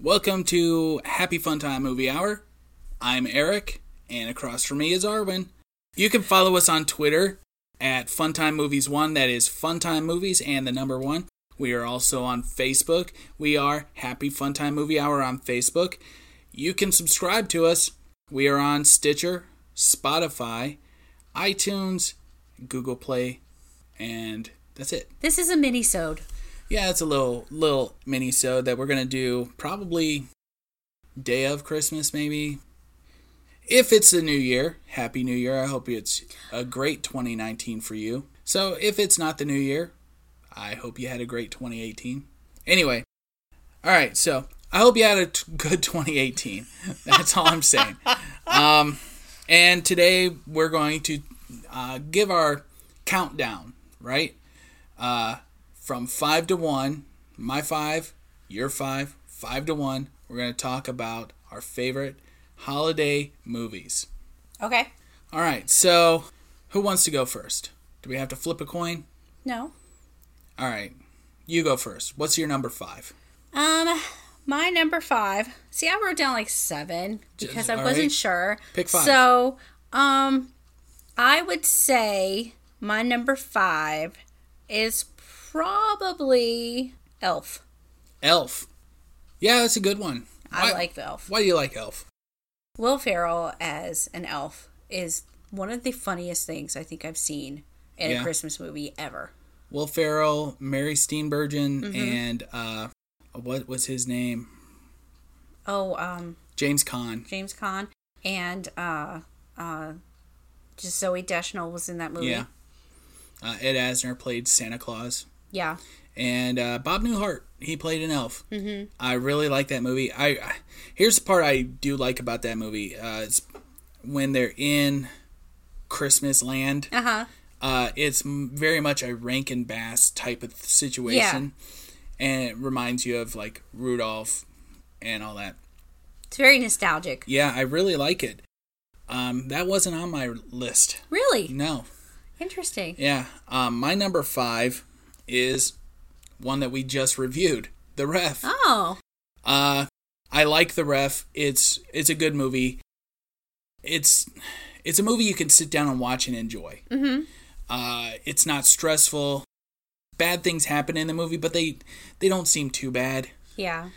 Welcome to Happy Fun Time Movie Hour. I'm Eric, and across from me is Arwin. You can follow us on Twitter at Funtime Movies One. That is Funtime Movies and the number one. We are also on Facebook. We are Happy Funtime Movie Hour on Facebook. You can subscribe to us. We are on Stitcher, Spotify, iTunes, Google Play, and that's it. This is a mini-sode. Yeah, it's a little little mini so that we're gonna do probably day of Christmas, maybe. If it's a new year, happy new year. I hope it's a great 2019 for you. So if it's not the new year, I hope you had a great 2018. Anyway, all right. So I hope you had a t- good 2018. That's all I'm saying. Um, and today we're going to uh, give our countdown, right? from five to one, my five, your five, five to one, we're going to talk about our favorite holiday movies. Okay. All right, so who wants to go first? Do we have to flip a coin? No. All right, you go first. What's your number five? Um, my number five. See, I wrote down like seven because I all wasn't right. sure. Pick five. So, um, I would say my number five is probably Elf. Elf. Yeah, that's a good one. I Why- like Elf. Why do you like Elf? Will Ferrell as an elf is one of the funniest things I think I've seen in Yeah. a Christmas movie ever. Will Ferrell, Mary Steenburgen, Mm-hmm. and uh, what was his name? Oh, um, James Caan. James Caan and uh, uh, just Zoe Deschanel was in that movie. Yeah. Uh, Ed Asner played Santa Claus. Yeah. and uh, Bob Newhart. He played an elf. Mm-hmm. I really like that movie. I, I here's the part I do like about that movie. Uh, it's when they're in Christmas land. Uh huh. Uh, it's m- very much a Rankin Bass type of situation, and it reminds you of like Rudolph and all that. It's very nostalgic. Yeah, I really like it. Um, that wasn't on my list. Really No, interesting. yeah. Um, my number five is one that we just reviewed, The Ref. Oh, Uh, I like the ref. It's it's a good movie. It's it's a movie you can sit down and watch and enjoy. mm-hmm. Uh, it's not stressful. Bad things happen in the movie, but they they don't seem too bad. yeah.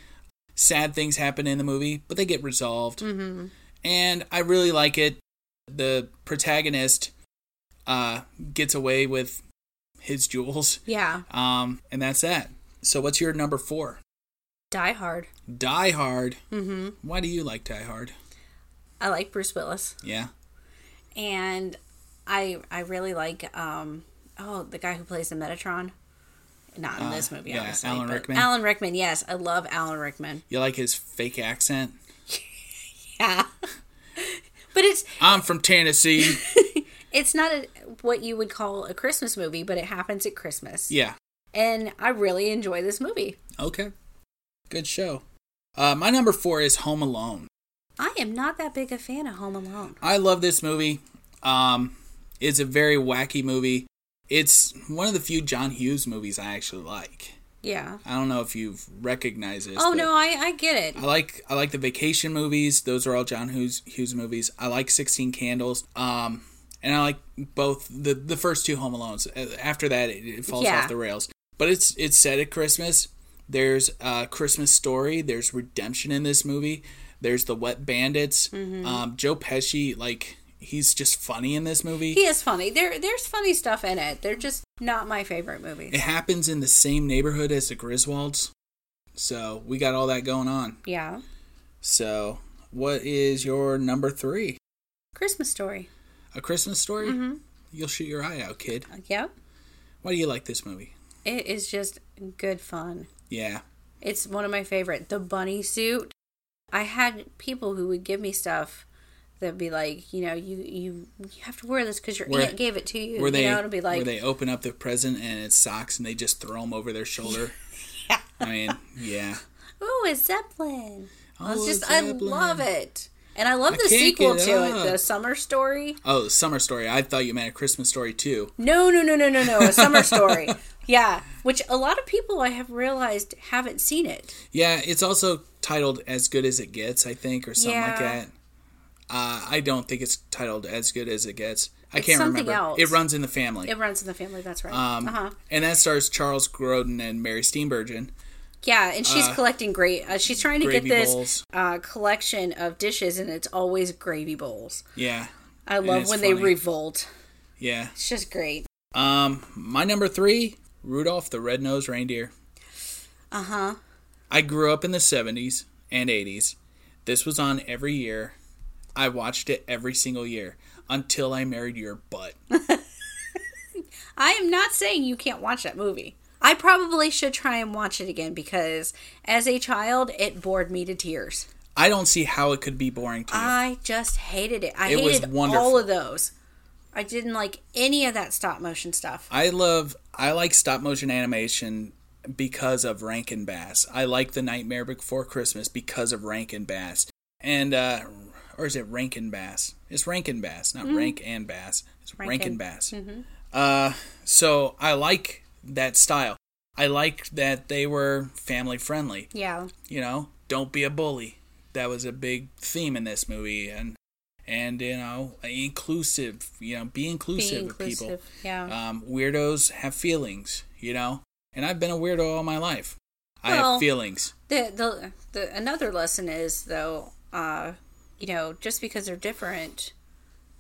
Sad things happen in the movie, but they get resolved. Mm-hmm. And I really like it. The protagonist uh, gets away with his jewels, Yeah. um, and that's that. So, what's your number four? Die Hard. Die Hard. Mm-hmm. Why do you like Die Hard? I like Bruce Willis, Yeah. and I I really like um oh the guy who plays the Metatron. Not in Uh, this movie, yeah, obviously. Alan but- Rickman. Alan Rickman, yes, I love Alan Rickman. You like his fake accent? Yeah, but it's I'm from Tennessee. it's not a, what you would call a Christmas movie, but it happens at Christmas. yeah. And I really enjoy this movie. Okay. Good show. Uh, my number four is Home Alone. I am not that big a fan of Home Alone. I love this movie. Um, it's a very wacky movie. It's one of the few John Hughes movies I actually like. Yeah. I don't know if you've recognized this. Oh but no, I I get it. I like I like the vacation movies. Those are all John Hughes Hughes movies. I like Sixteen Candles. Um, and I like both the the first two Home Alones. Uh, After that, it, it falls Yeah. off the rails. But it's it's set at Christmas. There's a Christmas story. There's redemption in this movie. There's the Wet Bandits. Mm-hmm. Um, Joe Pesci, like he's just funny in this movie. He is funny. There there's funny stuff in it. They're just not my favorite movies. it happens in the same neighborhood as the Griswolds, so we got all that going on. Yeah. So, what is your number three? Christmas Story. A Christmas Story? Mm-hmm. You'll shoot your eye out, kid. Yep. Why do you like this movie? It is just good fun. Yeah. It's one of my favorite. The bunny suit. I had people who would give me stuff that'd be like, you know, you you, you have to wear this because your Were- aunt gave it to you. Where they you know, it'd be like where they open up the present and it's socks and they just throw them over their shoulder. I mean, yeah. Ooh, it's Zeppelin. I was Oh, just, I Zeppelin. love it. And I love I the can't sequel get to up. it, the summer story. Oh, Summer Story. I thought you meant a Christmas Story too. No, no, no, no, no, no, a summer story. Yeah, which a lot of people I have realized haven't seen it. Yeah, it's also titled As Good as It Gets, I think, or something like Yeah. that. Uh, I don't think it's titled As Good as It Gets. I It's can't something remember. else. It runs in the family. It runs in the family. That's right. um, uh huh. And that stars Charles Grodin and Mary Steenburgen. Yeah, and she's collecting great. Uh, she's trying to get Gravy this bowls. uh, collection of dishes, and it's always gravy bowls. Yeah. I love it's when they funny. revolt. Yeah. It's just great. Um, my number three, Rudolph the Red-Nosed Reindeer. Uh huh. I grew up in the 70s and 80s. This was on every year. I watched it every single year until I married your butt. I am not saying you can't watch that movie. I probably should try and watch it again because as a child, it bored me to tears. I don't see how it could be boring to you. I just hated it. I It was hated all wonderful. of those. I didn't like any of that stop motion stuff. I love I like stop motion animation because of Rankin Bass. I like The Nightmare Before Christmas because of Rankin Bass. And uh or is it Rankin Bass? It's Rankin Bass, not Rank and Bass. It's Mm-hmm. Rankin, Bass. Rankin. Uh so I like that style. I like that they were family friendly, Yeah. you know, don't be a bully. That was a big theme in this movie and and you know, inclusive, you know, be inclusive, Being of people. inclusive. Yeah. Um, weirdos have feelings, you know? And I've been a weirdo all my life. I Well- have feelings. the, the the another lesson is though, uh, you know, just because they're different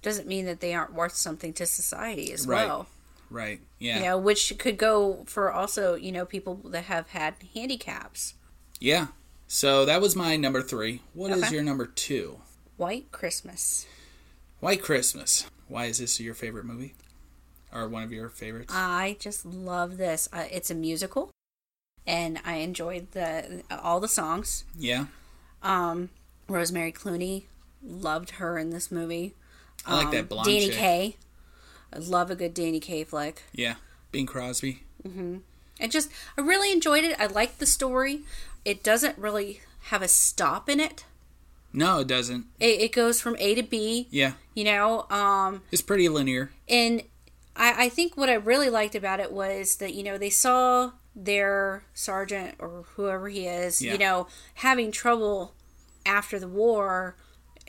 doesn't mean that they aren't worth something to society as Right. well. Right. Yeah. You Yeah. know, which could go for also, you know, people that have had handicaps. So that was my number three. What is Okay. your number two? White Christmas. White Christmas. Why is this your favorite movie? Or one of your favorites? I just love this. Uh, it's a musical, and I enjoyed the all the songs. yeah. Um, Rosemary Clooney loved her in this movie. I like that Um, blonde Danny chick. Kaye. I love a good Danny Kaye flick. Yeah. Bing Crosby. I just I really enjoyed it. I liked the story. It doesn't really have a stop in it. No, it doesn't. It, it goes from A to B. Yeah. You know, um, It's pretty linear. and I, I think what I really liked about it was that you know they saw their sergeant or whoever he is, Yeah. you know, having trouble after the war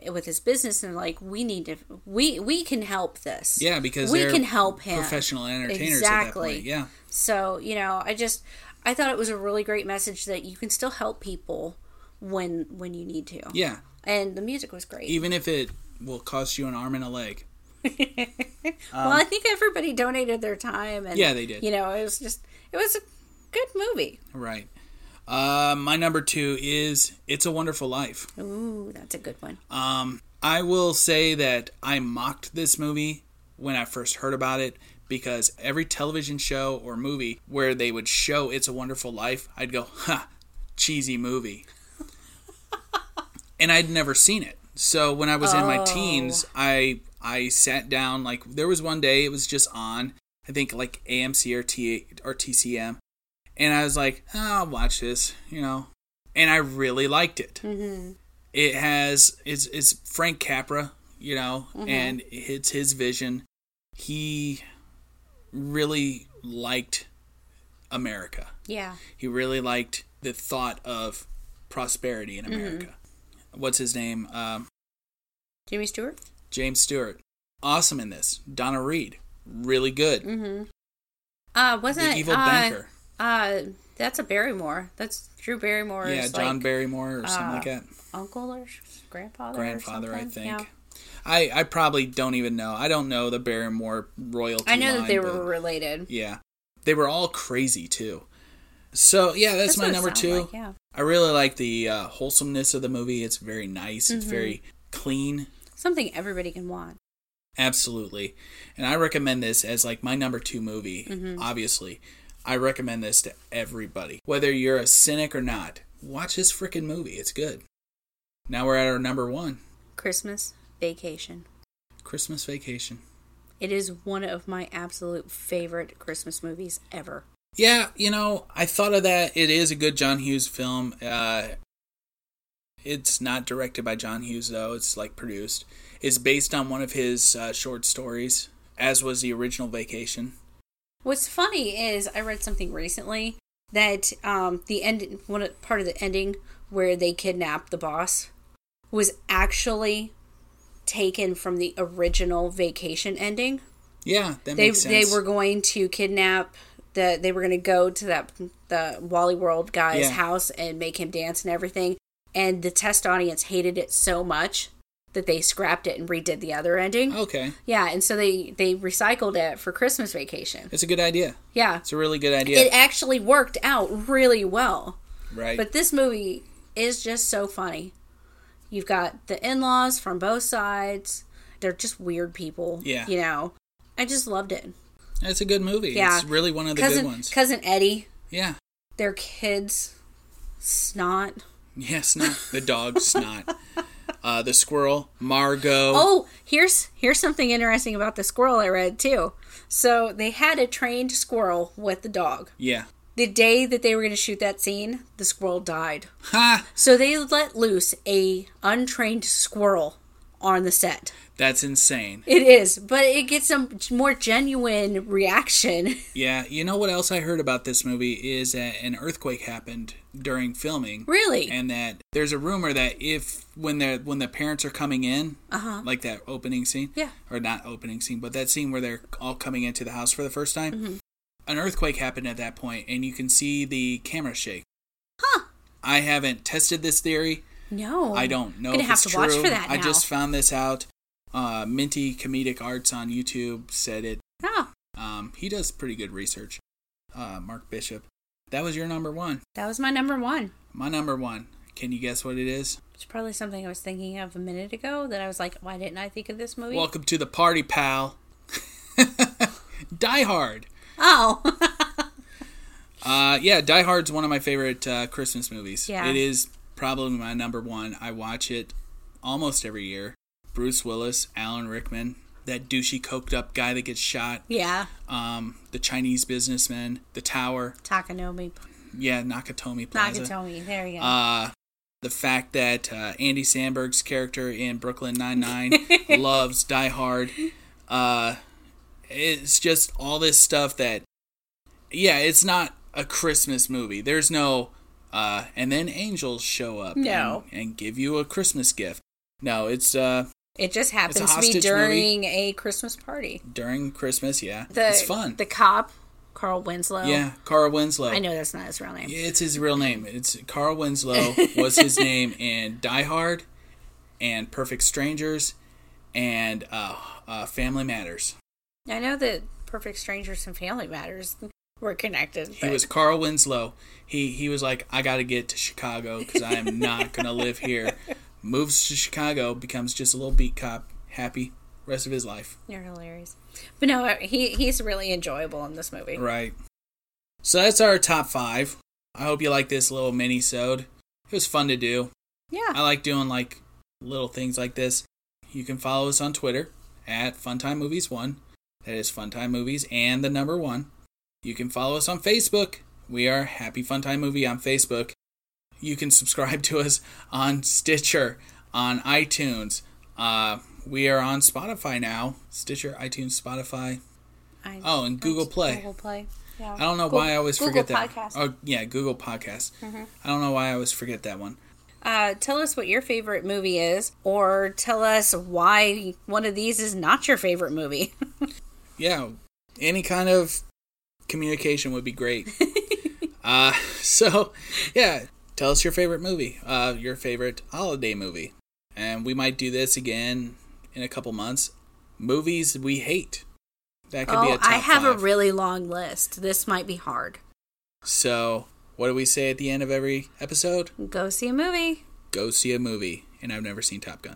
with his business, and like we need to, we we can help this. Yeah, because we they're can help him. professional entertainers at that Exactly. point. Yeah. So, you know, I just I thought it was a really great message that you can still help people when when you need to. Yeah. And the music was great. Even if it will cost you an arm and a leg. well, I think everybody donated their time and um, Yeah, they did. You know, it was just it was a good movie. Right. Uh, my number two is It's a Wonderful Life. Ooh, that's a good one. Um, I will say that I mocked this movie when I first heard about it because every television show or movie where they would show It's a Wonderful Life, I'd go, ha, cheesy movie. and I'd never seen it. So when I was in my teens, I I sat down like there was one day it was just on, I think like AMC or T or TCM, and I was like, "Ah, I'll watch this, you know, and I really liked it. It has it's it's Frank Capra, you know, Mm-hmm. and it's his vision. He really liked America. Yeah. He really liked the thought of prosperity Mm-hmm. in America. What's his name? Um, Jimmy Stewart? James Stewart. Awesome in this. Donna Reed. Really good. Mm-hmm. Uh wasn't The it, evil uh, banker. Uh that's a Barrymore. That's Drew Barrymore. Yeah, John Barrymore or something uh, like that. uncle or grandfather. or Grandfather, I something. think. Yeah. I, I probably don't even know. I don't know the Barrymore royalty. I know that line, they but- were related. Yeah. They were all crazy too. So yeah, that's, what my it number sounds two. like, yeah. I really like the uh, wholesomeness of the movie. It's very nice. It's Mm-hmm. very clean. Something everybody can want. Absolutely. And I recommend this as like my number two movie, Mm-hmm. obviously. I recommend this to everybody. Whether you're a cynic or not, watch this freaking movie. It's good. Now we're at our number one Christmas Vacation. Christmas Vacation. It is one of my absolute favorite Christmas movies ever. Yeah, you know, I thought of that. It is a good John Hughes film. Uh, it's not directed by John Hughes, though. It's like produced. It's based on one of his uh, short stories, as was the original Vacation. What's funny is I read something recently that um, the end one of- part of the ending where they kidnap the boss was actually taken from the original vacation ending. Yeah, that They makes sense. they were going to kidnap the they were going to go to that the Wally World guy's Yeah. house and make him dance and everything. And the test audience hated it so much that they scrapped it and redid the other ending. okay. Yeah, and so they they recycled it for Christmas vacation. It's a good idea. Yeah. It's a really good idea. It actually worked out really well. right. But this movie is just so funny. You've got the in laws from both sides. They're just weird people. Yeah. You know, I just loved it. it's a good movie. Yeah. It's really one of the cousin, good ones. cousin Eddie, yeah. their kids, snot. Yeah, snot. The dog, snot. Uh, the squirrel, Margot. Oh, here's here's something interesting about the squirrel I read too. So they had a trained squirrel with the dog. Yeah. The day that they were going to shoot that scene, the squirrel died. Ha! So they let loose a untrained squirrel on the set. That's insane. It is, but it gets a more genuine reaction. Yeah. You know what else I heard about this movie is that an earthquake happened during filming. Really? and that there's a rumor that if when they're when the parents are coming in, like that opening scene, Uh-huh. Yeah. or not opening scene, but that scene where they're all coming into the house for the first time, Mm-hmm. an earthquake happened at that point, and you can see the camera shake. Huh. I haven't tested this theory. no. I don't know. Oh, Gonna if have it's to true. watch for that I now. just found this out. Uh, Minty Comedic Arts on YouTube said it. Oh, Um, he does pretty good research. Uh, Mark Bishop. That was your number one. that was my number one. My number one. Can you guess what it is? It's probably something I was thinking of a minute ago that I was like, why didn't I think of this movie? Welcome to the party, pal. Die Hard. oh. Uh, yeah, Die Hard's one of my favorite uh, Christmas movies. Yeah. It is probably my number one. I watch it almost every year. Bruce Willis, Alan Rickman, that douchey, coked up guy that gets shot, yeah. um, the Chinese businessman, the tower. Takanomi. Yeah, Nakatomi Plaza. Nakatomi. There you go. Uh, the fact that uh, Andy Sandberg's character in Brooklyn Nine Nine loves Die Hard. Uh, it's just all this stuff that, yeah, it's not a Christmas movie. There's no, uh, and then angels show up No. and, and give you a Christmas gift. No, it's uh, it just happens to be hostage during a Christmas party. during Christmas. Yeah, The, it's fun. The cop, Carl Winslow. yeah, Carl Winslow. I know that's not his real name. It's his real name. It's Carl Winslow was his name in Die Hard, and Perfect Strangers, and uh, uh, Family Matters. I know that Perfect Strangers and Family Matters were connected. He was Carl Winslow. He he was like, I got to get to Chicago because I am not gonna live here. Moves to Chicago, becomes just a little beat cop, happy rest of his life. You're hilarious. But no, he he's really enjoyable in this movie. Right. So that's our top five. I hope you like this little mini sode. It was fun to do. Yeah. I like doing like little things like this. You can follow us on Twitter at Funtime Movies One. That is Funtime Movies and the number one. You can follow us on Facebook. We are Happy Funtime Movie on Facebook. You can subscribe to us on Stitcher, on iTunes. Uh, we are on Spotify now. Stitcher, iTunes, Spotify. I, Oh, and Google Play. Google Play. Yeah. I don't know Goo- why I always Google forget that. Podcast. Mm-hmm. Oh, yeah, Google Podcast. I don't know why I always forget that one. Uh, tell us what your favorite movie is, or tell us why one of these is not your favorite movie. yeah, any kind of communication would be great. uh, so, yeah, tell us your favorite movie, uh, your favorite holiday movie. And we might do this again in a couple months. Movies we hate. That could be a oh, top I have a five. really long list. This might be hard. so, what do we say at the end of every episode? Go see a movie. Go see a movie. And I've never seen Top Gun.